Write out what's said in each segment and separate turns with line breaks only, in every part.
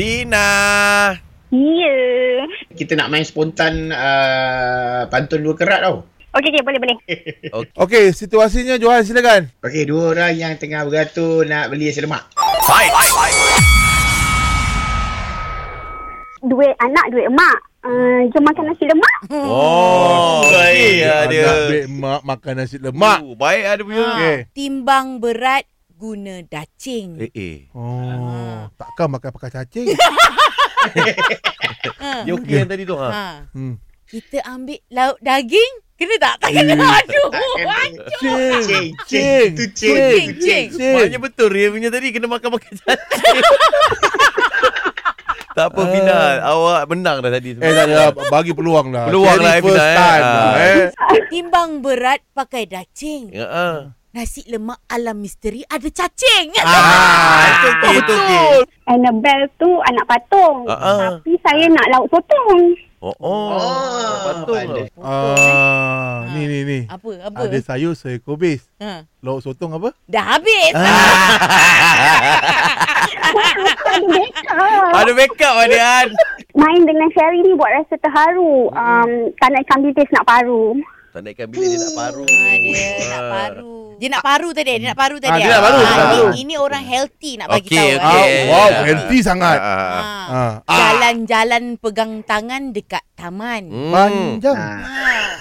Vina.
Ya.
Kita nak main spontan uh, pantun dua kerat tau.
Okey, okey, boleh, boleh.
Okay.
Okey, situasinya Johan silakan.
Okey, dua orang yang tengah beratur nak beli nasi lemak.
Duit anak, duit emak. Uh, jom makan nasi lemak.
Oh, baik lah dia.
Anak beg mak makan nasi lemak.
Oh, baik lah dia punya.
Okey.
Ah, Timbang berat guna dacing.
Eh, eh.
Oh, takkan makan pakai cacing.
Ha.
Dia okey yang tadi tu. Ha.
Ha.
hmm.
Kita ambil lauk daging, kena tak? Tak kena. Aduh.
Cing,
Cing, cing,
cing,
tu cing,
cing,
tu cing.
Maknanya betul dia punya tadi kena makan makan cacing. tak apa Vina, awak menang dah tadi.
Eh, tak ada bagi peluang lah.
Peluang
Very
lah, eh,
first
Vina, eh.
time lah,
Ah.
eh.
Timbang berat pakai dacing.
Ya. ah.
Nasi lemak alam misteri ada cacing.
Ah, itu okey, itu okey.
Annabelle tu anak patung.
Ah, ah.
Tapi saya nak lauk sotong.
Oh, oh.
Oh,
Patung.
pandai.
Ah, ni ni ni.
Apa? Apa?
Ada sayur seekor bis.
Ha.
Lauk sotong apa?
Dah habis. Ah,
Ada backup lah dia. Han.
Main dengan Sherry ni buat rasa terharu. Um, tak nak ikan bilis nak paru.
Tak naikkan bila dia nak paru.
Ha, dia nak paru. Dia nak paru tadi. Dia nak paru tadi. Ah,
dia nak paru, dia nak
ini,
paru.
ini orang healthy nak bagi
Okey,
tahu.
okey.
eh.
Eh,
Oh, wow,
ah.
healthy sangat.
Ah.
Ha.
Ah.
Jalan-jalan pegang tangan dekat taman.
Hmm.
Panjang.
Ah,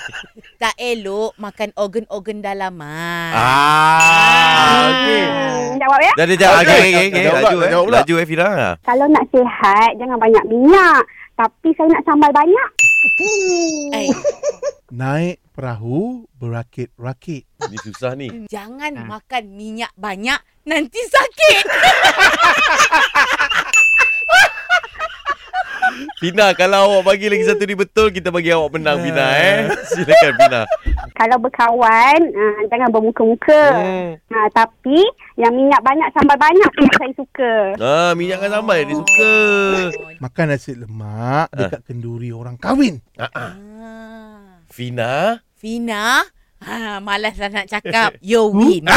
Tak elok makan organ-organ dalaman.
Ah, okey.
Hmm, jawab ya?
Dah dia jawab. Okey, okey, okey.
Jawab
Laju
pula,
eh.
jawab pula.
Laju eh Fina.
Kalau nak sihat, jangan banyak minyak. Tapi saya nak sambal banyak.
Ay,
Naik perahu berakit-rakit.
Ni susah ni.
jangan
Ah.
makan minyak banyak nanti sakit.
Fina, kalau awak bagi lagi satu ni betul, kita bagi awak menang Fina eh. Silakan Fina.
Kalau berkawan, uh, jangan bermuka-muka.
Hmm.
Ha, tapi yang minyak banyak, sambal banyak tu yang saya suka.
Ah, minyak dengan sambal dia suka.
Makan nasi lemak
Ah.
dekat kenduri orang kahwin.
Ah.
Fina, Ah.
Fina, ha, malaslah nak cakap. You win.